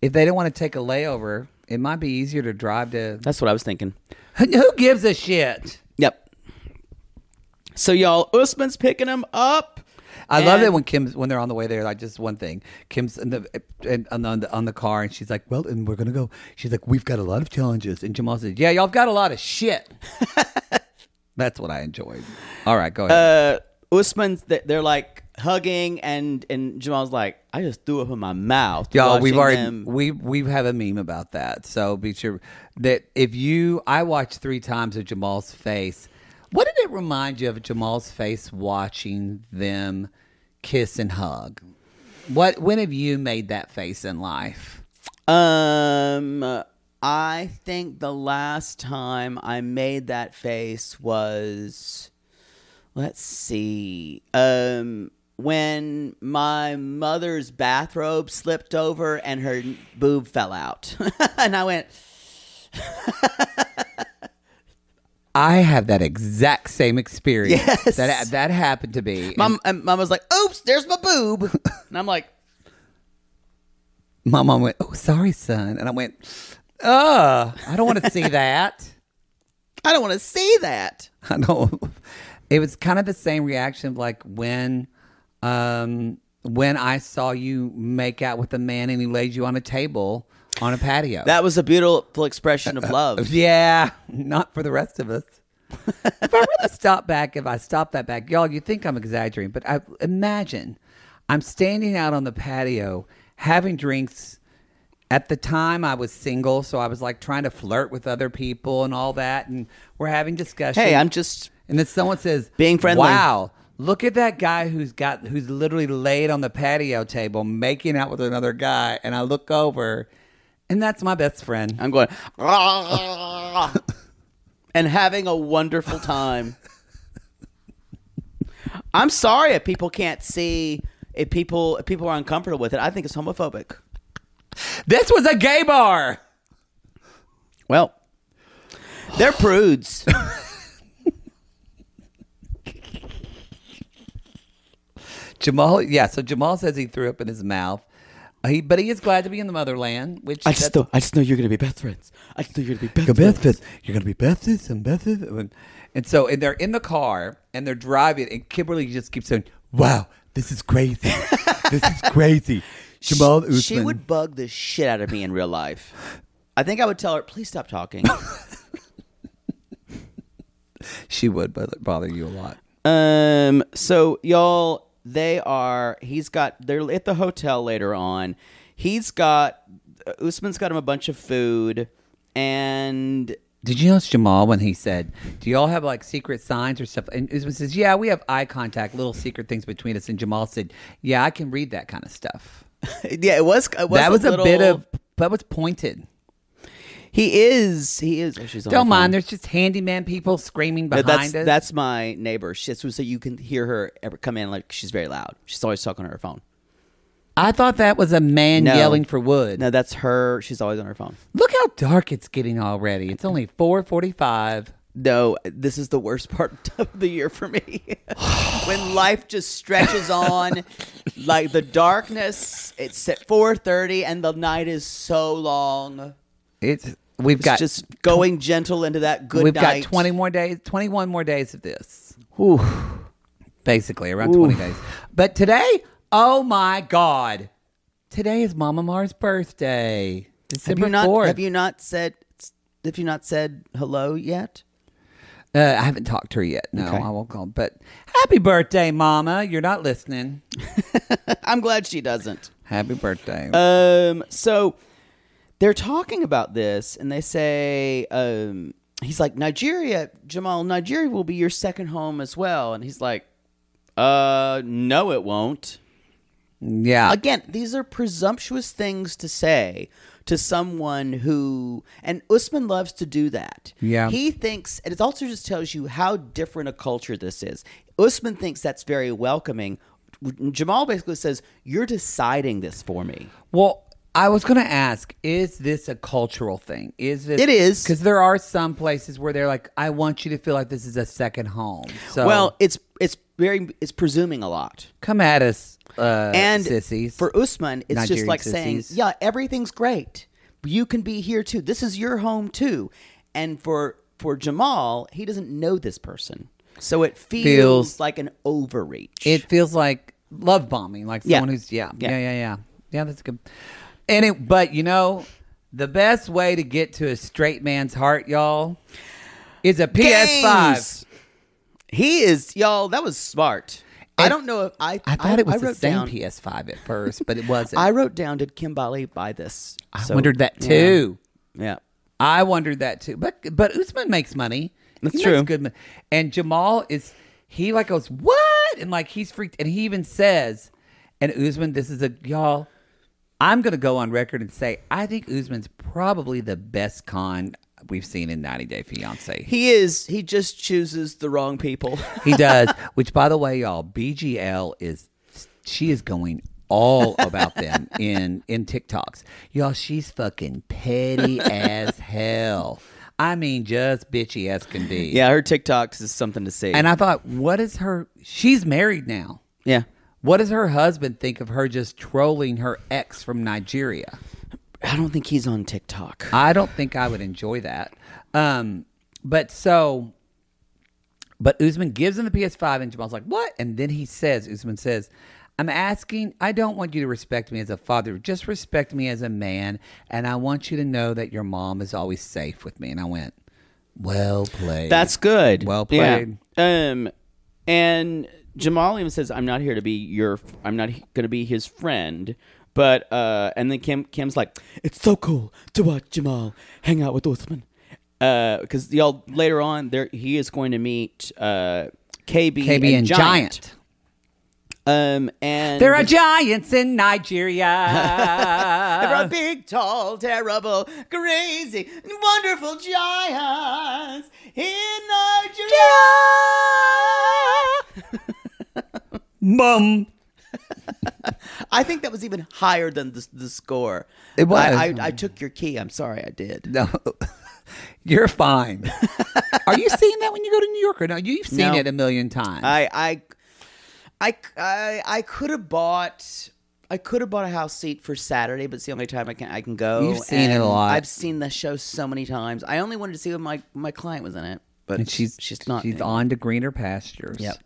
B: if they don't want to take a layover, it might be easier to drive to.
C: That's what I was thinking.
B: Who gives a shit?
C: Yep. So y'all, Usman's picking him up.
B: I love
C: And-
B: it when Kim's when they're on the way there. Like just one thing, Kim's in the and on the, on the car, and she's like, "Well, and we're gonna go." She's like, "We've got a lot of challenges," and Jamal says, "Yeah, y'all got a lot of shit." That's what I enjoyed. All right, go ahead.
C: Uh, Usman's th- they're like hugging, and and Jamal's like, I just threw up in my mouth.
B: Y'all, we've
C: watching
B: already
C: them.
B: we we have a meme about that. So be sure that if you, I watched three times of Jamal's face. What did it remind you of Jamal's face watching them kiss and hug? What when have you made that face in life?
C: Um, I think the last time I made that face was, let's see, um, when my mother's bathrobe slipped over and her boob fell out, and I went,
B: I have that exact same experience.
C: Yes.
B: That that happened to me. And
C: Mom, and mom was like, "Oops, there's my boob," and I'm like,
B: my mom went, "Oh, sorry, son," and I went, "Ugh, I don't want to see that."
C: "I don't want to see that."
B: I know. It was kind of the same reaction of like when, um, when I saw you make out with a man and he laid you on a table on a patio.
C: That was a beautiful expression of love.
B: yeah, not for the rest of us. if I really stop back, if I stop that back, y'all, you think I'm exaggerating, but I imagine I'm standing out on the patio having drinks. At the time, I was single, so I was like trying to flirt with other people and all that, and we're having discussions.
C: Hey, I'm just
B: And then someone says,
C: Being friendly.
B: Wow, look at that guy who's got who's literally laid on the patio table making out with another guy." And I look over, And that's my best friend.
C: I'm going and having a wonderful time. I'm sorry if people can't see if people if people are uncomfortable with it. I think it's homophobic. Uh.
B: This was a gay bar.
C: Well, they're prudes.
B: Jamal, yeah. So Jamal says he threw up in his mouth. He, but he is glad to be in the motherland. Which
C: I just know, I just know you're gonna be best friends. I just know you're gonna be best,
B: Go
C: friends.
B: Bethfist. You're gonna be Bethfist and Bethfist. And- And so, and they're in the car and they're driving, and Kimberly just keeps saying, "Wow, this is crazy. this is crazy." Jamal Usman.
C: She would bug the shit out of me in real life. I think I would tell her, please stop talking.
B: She would bother, bother you a lot.
C: um. So y'all, they are. He's got. They're at the hotel later on. He's got. uh, Usman's got him a bunch of food, and
B: Did you notice Jamal when he said, "Do y'all have like secret signs or stuff?" And Usman says, "Yeah, we have eye contact, little secret things between us." And Jamal said, "Yeah, I can read that kind of stuff."
C: yeah, it was. It was
B: that was a,
C: little-
B: bit of that was pointed.
C: He is. He is. oh, she's on
B: Don't
C: the phone.
B: mind. There's just handyman people screaming
C: No,
B: behind
C: that's
B: us.
C: that's my neighbor. She, so so you can hear her ever come in like she's very loud. She's always talking on her phone.
B: I thought that was a man
C: No.
B: yelling for wood.
C: No, that's her. She's always on her phone.
B: Look how dark it's getting already. It's only 4:45.
C: No, this is the worst part of the year for me. when life just stretches on, like the darkness. It's at four thirty, and the night is so long.
B: It's we've
C: It's
B: got
C: just going gentle into that good
B: we've
C: night.
B: got 20 more days, 21 more days of this. Basically around 20 days. But today, oh my god. Today is Mama Mars' birthday.
C: Have
B: December
C: you not?
B: 4th.
C: Have you not said? Have you not said hello yet?
B: uh, I haven't talked to her yet. No,
C: Okay.
B: I won't call. But happy birthday, Mama. You're not listening.
C: I'm glad she doesn't.
B: Happy birthday.
C: Um, so they're talking about this, and they say, um, he's like, Nigeria, Jamal, Nigeria will be your second home as well. And he's like, uh, no, it won't.
B: yeah.
C: Again, these are presumptuous things to say to someone who, and Usman loves to do that.
B: Yeah.
C: He thinks, and it also just tells you how different a culture this is. Usman thinks that's very welcoming. Jamal basically says, You're deciding this for me.
B: Well, I was going to ask, is this a cultural thing? Is this
C: It is.
B: because there are some places where they're like, I want you to feel like this is a second home. So
C: Well, it's it's very it's presuming a lot.
B: come at us, uh,
C: And
B: sissies.
C: for Usman, it's just
B: Nigerian
C: like
B: sissies.
C: saying, "Yeah, everything's great. You can be here too. This is your home too." And for for Jamal, he doesn't know this person, so it feels,
B: Feels-
C: like an overreach.
B: it feels like love bombing, like
C: Yeah.
B: someone who's yeah, yeah,
C: Yeah.
B: yeah, yeah, yeah. that's good. And it, but you know, the best way to get to a straight man's heart, y'all, is a PS5.
C: Gangs! He is y'all. That was smart. I
B: It-
C: don't know if I.
B: I thought it was the
C: wrote
B: same
C: down-
B: PS5 at first, but it wasn't.
C: I wrote down. Did Kimbali buy this?
B: I
C: So-
B: wondered that
C: yeah.
B: too.
C: Yeah.
B: I wondered that too. But but Usman makes money.
C: That's
B: he
C: true.
B: Makes good money. And Jamal is he like goes what and like he's freaked and he even says, and Usman, this is a y'all. I'm gonna go on record and say I think Usman's probably the best con we've seen in 90 Day Fiance. He,
C: He is. He just chooses the wrong people.
B: does. Which by the way, y'all, BGL is she is going. All about them in in TikToks, y'all. She's fucking petty as hell. I mean, just bitchy as can be.
C: Yeah, her TikToks is something to see.
B: And I thought, what is her? She's married now.
C: yeah,
B: What does her husband think of her just trolling her ex from Nigeria?
C: I don't think he's on TikTok.
B: I don't think I would enjoy that. Um, but so, but Usman gives him the PS5, and Jamal's like, "What?" And then he says, "Usman says." I'm asking, I don't want you to respect me as a father. Just respect me as a man. And I want you to know that your mom is always safe with me. And I went, well played.
C: That's good.
B: Well
C: Yeah.
B: played.
C: Um, and Jamal even says, "I'm not here to be your. I'm not going to be his friend." But uh, and then Kim Kim's like, "It's so cool to watch Jamal hang out with Uthman." Because y'all later on there, he is going to meet uh, KB,
B: KB and Giant.
C: Um, and
B: There are giants in Nigeria.
C: There
B: Uh-uh.
C: are big, tall, terrible, crazy, wonderful giants in Nigeria.
B: Mum.
C: I think that was even higher than the, the score.
B: It was.
C: I, I, I took your key. I'm sorry, I did.
B: No. You're fine. Are you seeing that when you go to New York or no? You've seen
C: No.
B: it a million times.
C: I I I I, I could have bought. I could have bought a house seat for Saturday, but it's the only time I can I can go.
B: You've seen it a
C: And
B: lot.
C: I've seen the show so many times. I only wanted to see when my my client was in it, but
B: and she's
C: she's not.
B: She's on to greener pastures.
C: Yep.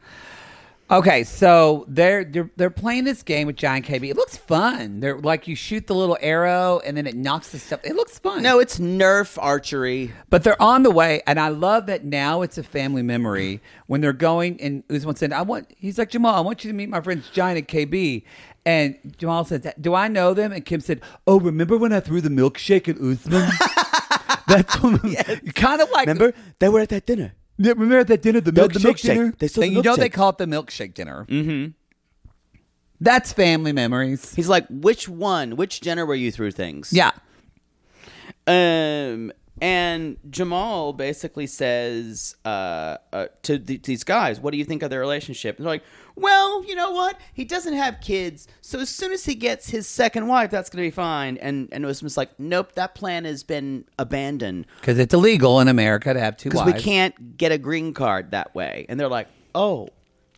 B: Okay, so they're they're they're playing this game with Giant KB. It looks fun. They're like you shoot the little arrow and then it knocks the stuff. It looks fun.
C: No, it's Nerf archery.
B: But they're on the way, and I love that now it's a family memory. When they're going, and Usman said, "I want," he's like Jamal, "I want you to meet my friends Giant and KB." And Jamal said, "Do I know them?" And Kim said, "Oh, remember when I threw the milkshake at Usman?" That's when, kind of like
C: Remember, they were at that dinner.
B: yeah, Remember at that dinner, the, milk,
C: the
B: milkshake,
C: milkshake.
B: dinner.
C: They sold the
B: you know they
C: milkshake.
B: call it the milkshake dinner. Mm-hmm. That's family memories.
C: He's like, which one, which Jenner were you through things?
B: Yeah,
C: Um, and Jamal basically says uh, uh, to th- these guys, "What do you think of their relationship?" And they're like, "Well, you know what? He doesn't have kids, so as soon as he gets his second wife, that's going to be fine." And and Usman's like, "Nope, that plan has been abandoned
B: because it's illegal in America to have two
C: because
B: wives.
C: we can't get a green card that way." And they're like, "Oh,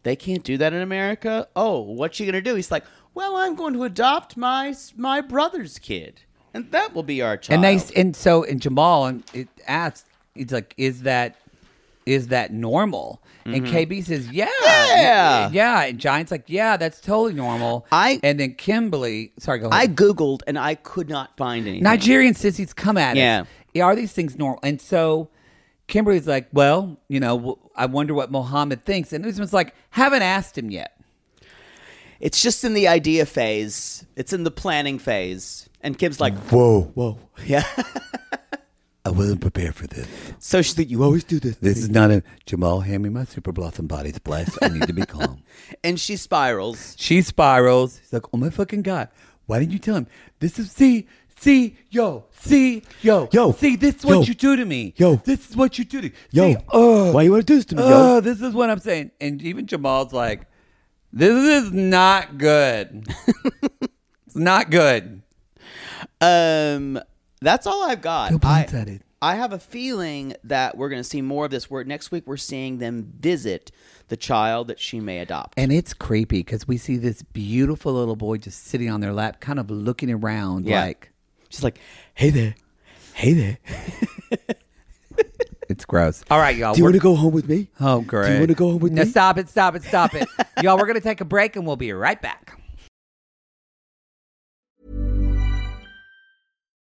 C: they can't do that in America. Oh, what's she going to do?" He's like, "Well, I'm going to adopt my s- my brother's kid, and that will be our child."
B: And they and so and Jamal and it asked, it's like, is that is that normal? And KB says, yeah,
C: Yeah.
B: yeah. And Giant's like, yeah, that's totally normal.
C: I-
B: and then Kimberly, sorry, go
C: I
B: ahead.
C: googled and I could not find anything.
B: Nigerian sissies come at
C: Yeah.
B: us. Yeah, are these things normal? And so Kimberly's like, well, you know, w- I wonder what Mohammed thinks. And Usman's like, haven't asked him yet.
C: It's just in the idea phase. It's in the planning phase. And Kim's like, whoa, whoa, yeah.
B: I wasn't prepared for this.
C: So she's like, you always do this.
B: This is not a Jamal. Hand me my super blossom body splash. I need to be calm.
C: And she spirals.
B: She spirals. She's like, oh my fucking God. Why didn't you tell him? This is, see, see, yo, see, yo,
D: Yo,
B: see, this is what
D: yo,
B: you do to me.
D: yo.
B: This is what you do to me.
D: Yo,
B: See, uh,
D: why you want to do this to me,
B: uh,
D: yo?
B: this is what I'm saying. And even Jamal's like, this is not good. it's not good.
C: Um, that's all I've got.
B: Feel
C: I-
B: blindsided.
C: I have a feeling that we're going to see more of this. Where next week we're seeing them visit the child that she may adopt.
B: And it's creepy because we see this beautiful little boy just sitting on their lap, kind of looking around
C: Yeah.
B: like,
C: she's like, hey there, hey there.
B: it's gross. All right, y'all.
D: Do you
B: we're-
D: want to go home with me?
B: Oh, great.
D: Do you want to go home with
B: no,
D: me?
B: stop it, stop it, stop it. Y'all, we're going to take a break and we'll be right back.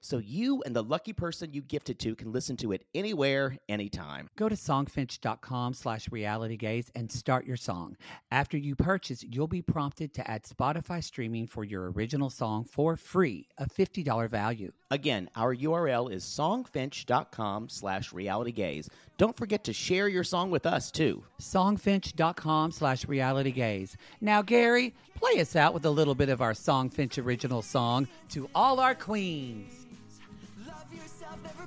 A: so you and the lucky person you gifted to can listen to it anywhere, anytime.
B: Go to songfinch.com slash realitygaze and start your song. After you purchase, you'll be prompted to add Spotify streaming for your original song for free, a $50 value.
A: Again, our URL is songfinch.com slash realitygaze. Don't forget to share your song with us, too.
B: Songfinch.com slash realitygaze. Now, Gary, play us out with a little bit of our Songfinch original song to all our queens.
D: Love yourself, never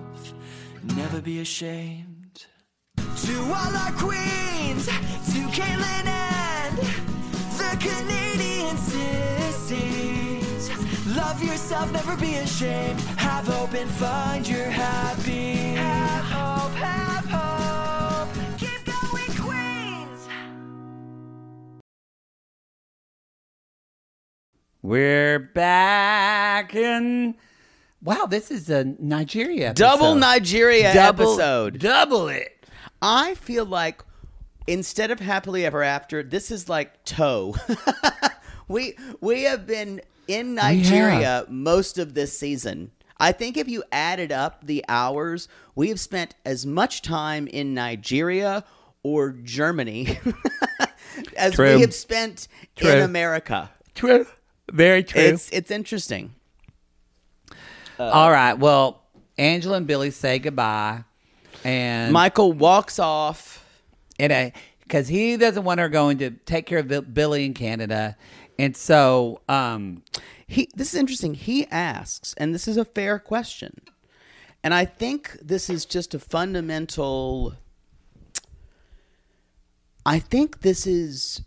D: never be ashamed. To all our queens, to Caitlin and the Canadian sissies. Love yourself, never be ashamed. Have hope and find your happy. Have hope, have hope. Keep going, Queens.
B: We're back in... Wow, this is a Nigeria
C: Double
B: episode.
C: Nigeria
B: Double-
C: episode.
B: Double it.
C: I feel like instead of happily ever after, this is like toe. we we have been in Nigeria most of this season. I think if you added up the hours, we have spent as much time in Nigeria or Germany as
B: True.
C: we have spent in
B: True.
C: America.
B: True. Very true. Uh,
C: It's it's interesting.
B: All right. Well, Angela and Billy say goodbye, and
C: Michael walks off.
B: and because he doesn't want her going to take care of Bill- Billy in Canada, and so um,
C: he this is interesting he asks and this is a fair question and i think this is just a fundamental i think this is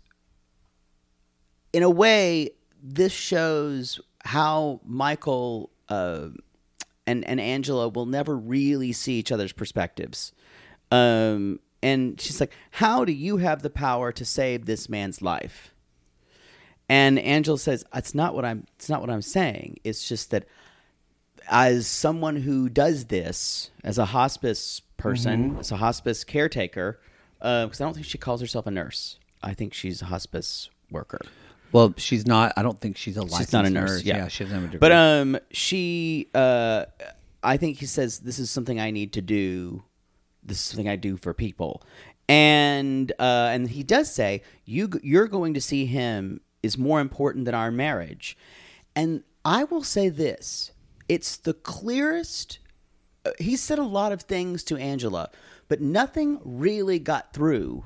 C: in a way this shows how michael uh, and and angela will never really see each other's perspectives um and she's like how do you have the power to save this man's life and Angela says, "It's not what I'm. It's not what I'm saying. It's just that, as someone who does this, as a hospice person, as a hospice caretaker, because I don't think she calls herself a nurse. I think she's a hospice worker.
B: well, she's not. I don't think she's a licensed
C: She's not a nurse. Yeah.
B: she doesn't have a degree.
C: But um, she. Uh, I think he says this is something I need to do. This is something I do for people, and uh, and he does say you g- you're going to see him is more important than our marriage, and I will say this: it's the clearest. uh, He said a lot of things to Angela, but nothing really got through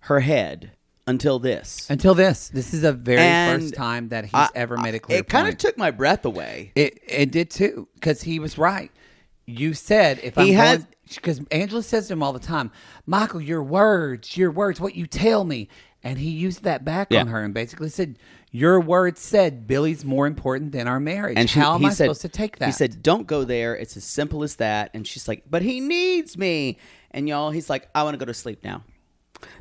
C: her head until this.
B: Until this, this is the very
C: And
B: first time that he's
C: I-
B: ever
C: I-
B: made a clear.
C: It kind of
B: point.
C: took my breath away.
B: It it did too because he was right. You said if
C: He
B: I'm
C: has-
B: because Angela says to him all the time, Michael, your words, your words, what you tell me, and he used that back
C: Yeah.
B: on her and basically said, "Your words said Billy's more important than our marriage."
C: And she,
B: how am
C: he
B: I
C: said,
B: supposed to take that?
C: He said, "Don't go there. It's as simple as that." And she's like, "But he needs me." And y'all, he's like, "I want to go to sleep now."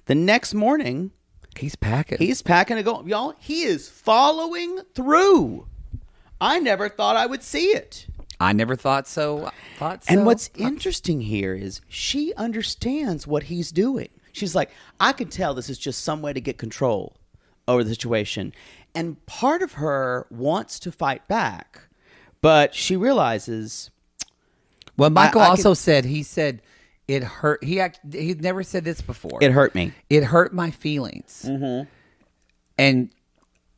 C: The next morning,
B: he's packing.
C: he's packing to go. Y'all, he is following through. I never thought I would see it.
B: I never thought so. I Thought so.
C: And what's interesting here is she understands what he's doing. She's like, I can tell this is just some way to get control over the situation. And part of her wants to fight back, but she realizes
B: well, Michael
C: I
B: also said he said it hurt. He act, he never said this before.
C: it hurt Mm-hmm. me.
B: it hurt my feelings. And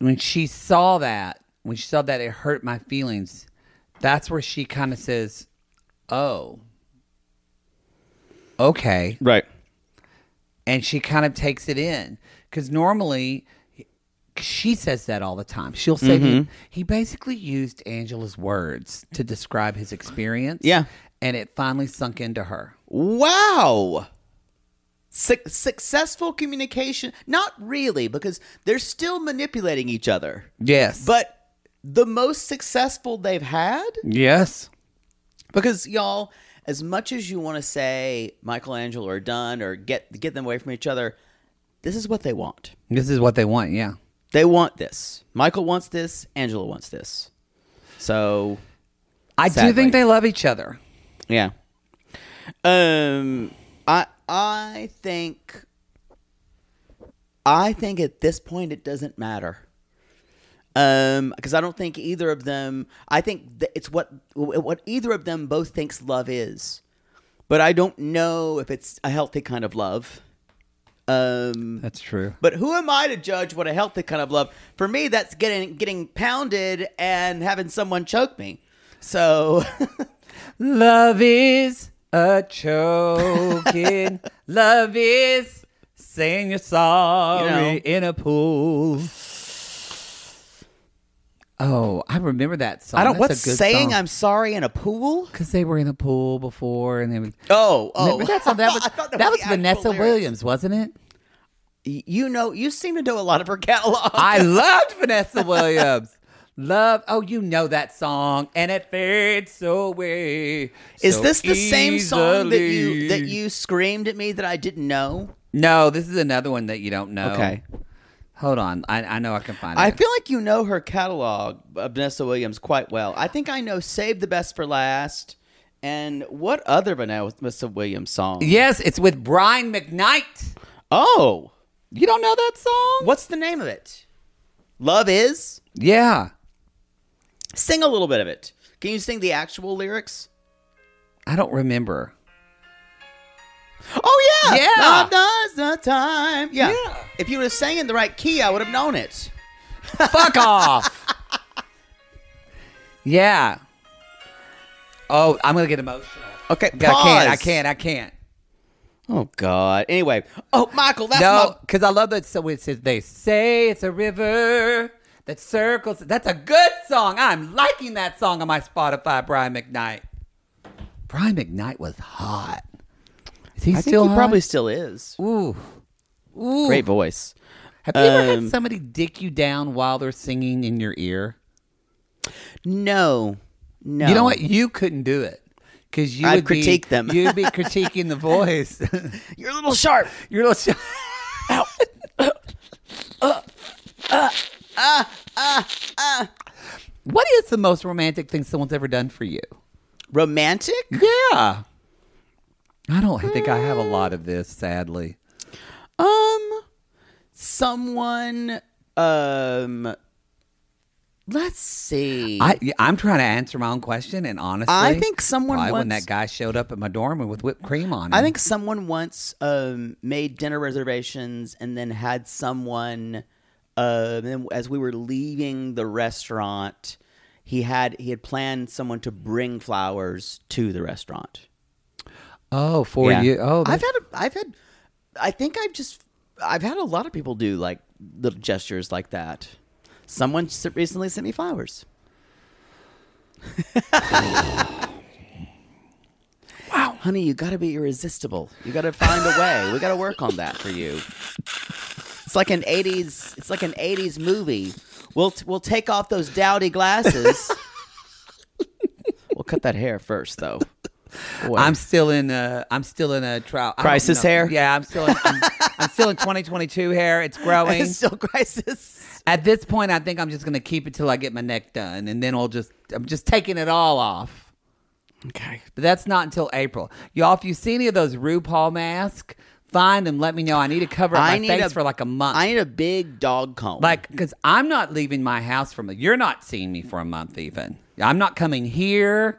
B: when she saw that, when she saw that it hurt my feelings, that's where she kind of says, "Oh, okay."
C: Right.
B: And she kind of takes it in because normally she says that all the time. She'll say to him- he basically used Angela's words to describe his experience.
C: Yeah.
B: and it finally sunk into her.
C: Wow. Suc successful communication. Not really, because they're still manipulating each other.
B: Yes,
C: But the most successful they've had
B: yes,
C: Because y'all, as much as you want to say Michelangelo or Dunn or get get them away from each other, this is what they want.
B: this is what they want. Yeah.
C: They want this. Michael wants this. Angela wants this. So
B: I do
C: Sadly.
B: think they love each other.
C: yeah. Um, I I think I think at this point it doesn't matter. Um, because I don't think either of them. I think that it's what what either of them both thinks love is, but I don't know if it's a healthy kind of love. Um,
B: That's true.
C: but who am I to judge what a healthy kind of love? For me, that's getting getting pounded and having someone choke me. So
B: Love is a choking. Love is saying you're sorry
C: You know.
B: in a pool. Oh, I remember that song.
C: I don't.
B: That's
C: What's
B: a good
C: saying I'm sorry in a pool?
B: because they were in a pool before and they would.
C: Oh, oh,
B: Remember that song? That was,
C: I don't know
B: that
C: the
B: was
C: actual
B: Vanessa
C: lyrics.
B: Williams, wasn't it?
C: Y- You know, you seem to know a lot of her catalog.
B: I loved Vanessa Williams. Love, oh, you know that song, and it fades away.
C: Is
B: so
C: this the same song that you that
B: easily.
C: you screamed at me that I didn't know?
B: No, this is another one that you don't know.
C: Okay.
B: Hold on. I, I know I can find it.
C: I feel like you know her catalog of Vanessa Williams quite well. I think I know "Save the Best for Last" and what other Vanessa Williams song?
B: yes, it's with Brian McKnight.
C: Oh,
B: You don't know that song?
C: what's the name of it? Love is.
B: Yeah.
C: Sing a little bit of it. Can you sing the actual lyrics?
B: I don't remember.
C: Oh yeah,
B: Yeah.
C: Now does the time. Yeah.
B: Yeah.
C: If you would have sang in the right key, I would have known it.
B: Fuck off. Yeah. Oh, I'm going to get emotional.
C: Okay,
B: I can't. I
C: pause.
B: can't. I can't.
C: Oh God. Anyway. Oh, Michael, that's
B: no,
C: my.
B: because I love that. So it says, they say it's a river that circles. That's a good song. I'm liking that song on my Spotify, Brian McKnight. Brian McKnight was hot. Is he
C: I think
B: still
C: he
B: hot?
C: probably still is.
B: Ooh. Ooh.
C: Great voice.
B: Have you ever
C: Um,
B: had somebody dick you down while they're singing in your ear?
C: No. No.
B: You know what? You couldn't do it. Because you
C: I'd
B: would be-
C: critique them.
B: you'd be critiquing the voice.
C: You're a little sharp.
B: You're a little. What is the most romantic thing someone's ever done for you?
C: Romantic?
B: Yeah. I don't think I have a lot of this, sadly.
C: Um someone um let's see.
B: I, yeah, I'm trying to answer my own question, and honestly,
C: Mm. I think someone
B: probably when
C: once-
B: that guy showed up at my dorm with whipped cream on. Him.
C: I think someone once um, made dinner reservations and then had someone. Uh, then as we were leaving the restaurant, he had he had planned someone to bring flowers to the restaurant.
B: Oh, for you. Oh,
C: I've
B: that's-
C: had a, I've had. I think I've just I've had a lot of people do like little gestures like that. Someone s- recently sent me flowers. wow, honey, you got to be irresistible. You got to find a way. We got to work on that for you. It's like an '80s. It's like an '80s movie. We'll t- we'll take off those dowdy glasses. we'll cut that hair first, though. Boy.
B: I'm still in. A, I'm still in a trial. I don't
C: Crisis
B: know.
C: hair?
B: Yeah, I'm still. In, I'm, I'm still in 2022 hair. It's growing.
C: It's still crisis.
B: At this point, I think I'm just gonna keep it till I get my neck done, and then I'll just. I'm just taking it all off.
C: Okay.
B: But that's not until April, y'all. If you see any of those RuPaul masks, find them. Let me know. I need to cover up my face for like a month.
C: I need a big dog comb.
B: Like, because I'm not leaving my house from. You're not seeing me for a month, even. I'm not coming here.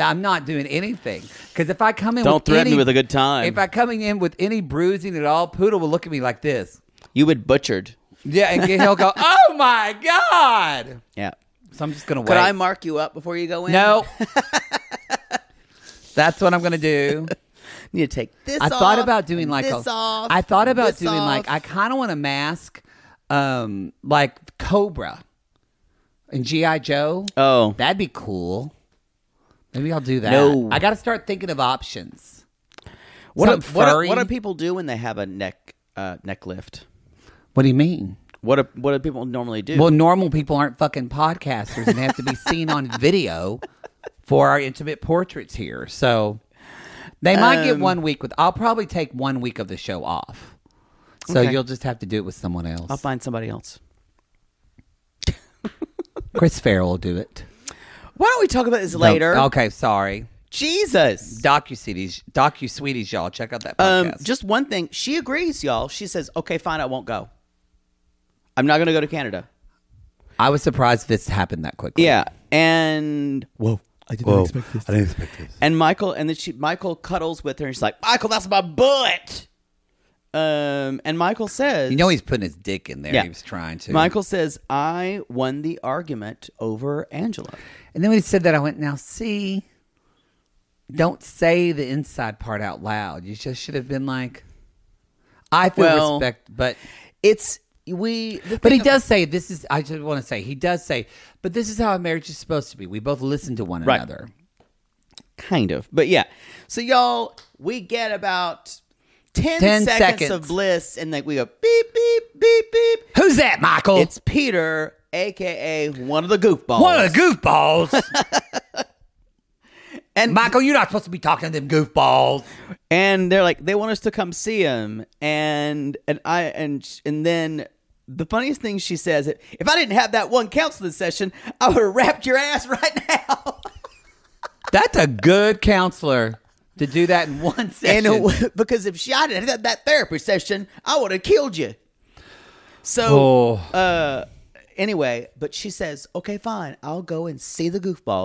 B: I'm not doing anything. Because if I come in,
C: Uh, Don't
B: with
C: threaten
B: any-
C: me with a good time.
B: If I coming in with any bruising at all, Poodle will look at me like this.
C: you would butchered.
B: Yeah, and he'll go, "Oh my god!"
C: Yeah.
B: So I'm just gonna wait.
C: Could I mark you up before you go in?
B: no. That's what I'm gonna do.
C: You need to take this.
B: I thought
C: off
B: about doing
C: and
B: like
C: this
B: a,
C: off.
B: I thought about
C: this
B: doing like
C: off.
B: I kind of want to mask, um, like Cobra and GI Joe.
C: Oh,
B: That'd be cool. Maybe I'll do that.
C: No.
B: I got to start thinking of options.
C: what do,
B: something
C: what, do,
B: furry.
C: what do people do when they have a neck uh, neck lift?
B: What do you mean?
C: What do, what do people normally do?
B: Well, normal people aren't fucking podcasters and have to be seen on video for our intimate portraits here. So they might
C: Um,
B: get one week with. I'll probably take one week of the show off. So
C: Okay.
B: you'll just have to do it with someone else.
C: I'll find somebody else.
B: Chris Farrell will do it
C: Why don't we talk about this Oh, later?
B: No, okay, sorry.
C: Jesus.
B: Docu CDs, docu sweeties, y'all check out that
C: Um,
B: podcast.
C: just one thing. She agrees, y'all. She says, "Okay, fine, I won't go. I'm not going to go to Canada."
B: I was surprised this happened that quickly.
C: Yeah, and
E: Whoa. I didn't expect this. I didn't expect this.
C: And Michael, and then she, Michael cuddles with her, and she's like, "Michael, that's my butt." Um, and Michael says,
B: You know he's putting his dick in there.
C: Yeah.
B: He was trying to.
C: Michael says, "I won the argument over Angela."
B: And then when he said that, I went, now see, don't say the inside part out loud. You just should have been like, I feel
C: Well-
B: respect, but
C: It's we, the
B: but he
C: thing ab-
B: does say this is. I just want to say he does say, but this is how a marriage is supposed to be. We both listen to one
C: Right.
B: another.
C: kind of, but yeah. So y'all, we get about 10,
B: 10
C: seconds,
B: seconds.
C: of bliss, and like we go beep beep beep beep.
B: Who's that, Michael?
C: It's Peter, aka one of the goofballs.
B: Oh. one of the goofballs.
C: And-
B: Michael, you're not supposed to be talking to them goofballs.
C: and they're like they want us to come see him and and i and sh- and then the funniest thing she says if i didn't have that one counseling session i would have wrapped your ass right now
B: That's a good counselor to do that in one
C: and
B: session.
C: it w- because if she I didn't have that therapy session i would have killed you so
B: oh.
C: uh anyway but she says okay fine i'll go and see the goofball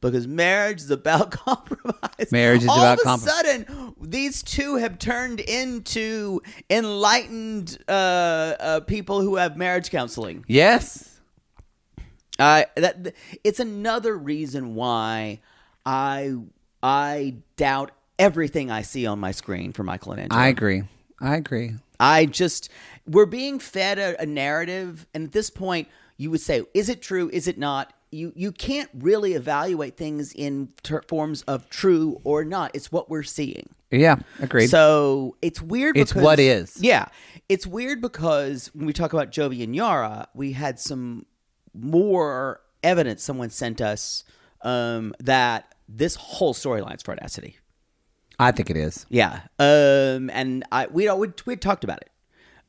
C: because marriage is about compromise.
B: Marriage is
C: All
B: about
C: of
B: compromise.
C: a sudden, these two have turned into enlightened uh, uh, people who have marriage counseling.
B: yes.
C: I that it's another reason why I I doubt everything I see on my screen for Michelangelo.
B: I agree. I agree.
C: I just we're being fed a, a narrative, and at this point, you would say, "Is it true? Is it not?" You you can't really evaluate things in ter- forms of true or not. It's what we're seeing.
B: Yeah, agreed.
C: So it's weird.
B: It's
C: because-
B: what is.
C: Yeah, it's weird because when we talk about Jovi and Yara, we had some more evidence someone sent us um, that this whole storyline's fraudacity.
B: I think it is.
C: Yeah. Um, and I we we we talked about it.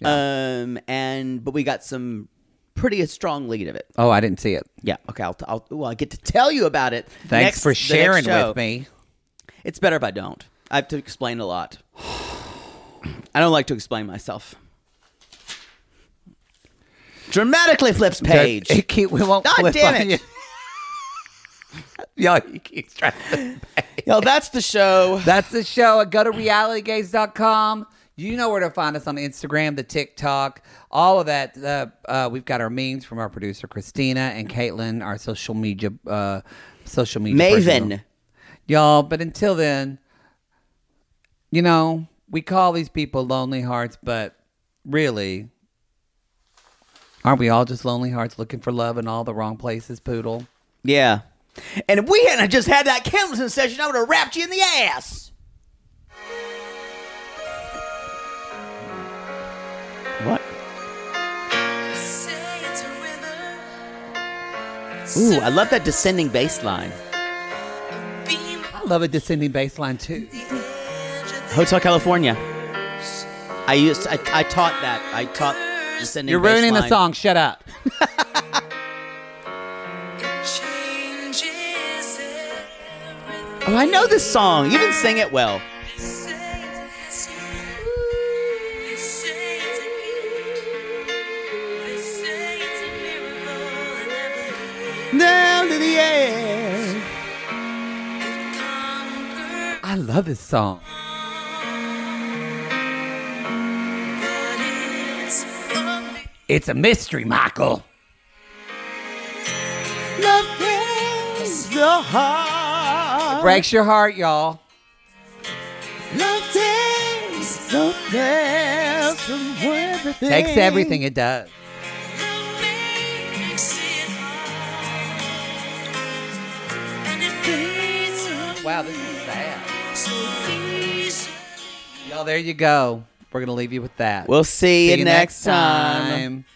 C: Um, and but we got some pretty strong lead of it.
B: Oh, I didn't see it.
C: Yeah. Okay. I'll, I'll well, I get to tell you about it.
B: Thanks
C: next-
B: for
C: the next
B: sharing
C: show.
B: with me.
C: It's better if I don't. I have to explain a lot. I don't like to explain myself. Dramatically flips page.
B: It keep, we won't
C: God
B: flip
C: damn
B: on
C: it.
B: you. Y'all, you keep trying to
C: Yo, that's the show.
B: That's the show. Go to realitygaze.com. You know where to find us on Instagram, the TikTok, all of that. Uh, uh, we've got our memes from our producer Christina and Caitlin, our social media, uh, social media
C: Maven.
B: person. y'all. But until then, you know we call these people lonely hearts, but really, aren't we all just lonely hearts looking for love in all the wrong places? Poodle.
C: Yeah. And if we hadn't just had that Candleton session, I would have wrapped you in the ass. What? Ooh, I love that descending bass line.
B: I love a descending baseline too.
C: Hotel California. I used I, I taught that. I taught descending
B: You're
C: bass
B: ruining the
C: line.
B: song. Shut up.
C: Oh, I know this song. You didn't sing it well. Down to the air.
B: I love this song. It's a mystery, Michael.
C: Love takes the heart.
B: Breaks your heart, y'all.
C: Love takes the best of everything.
B: Takes everything it does. Wow, this is sad. Y'all, there you go. We're gonna leave you with that.
C: We'll see, you next time.
B: time.